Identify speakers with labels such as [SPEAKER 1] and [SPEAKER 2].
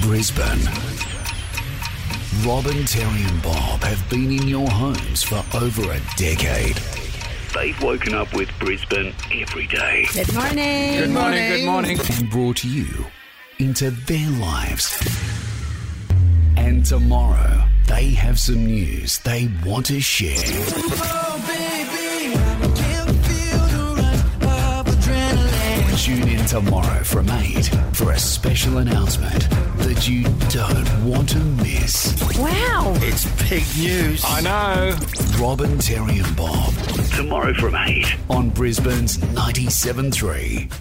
[SPEAKER 1] Brisbane. Robin, Terry, and Bob have been in your homes for over a decade.
[SPEAKER 2] They've woken up with Brisbane every day.
[SPEAKER 3] Good morning.
[SPEAKER 4] Good morning. Good morning.
[SPEAKER 1] and brought you into their lives. And tomorrow, they have some news they want to share. Tune in tomorrow from 8 for a special announcement that you don't want to miss.
[SPEAKER 3] Wow.
[SPEAKER 5] It's big news.
[SPEAKER 4] I know.
[SPEAKER 1] Robin, Terry, and Bob
[SPEAKER 2] Tomorrow from 8.
[SPEAKER 1] on Brisbane's 97.3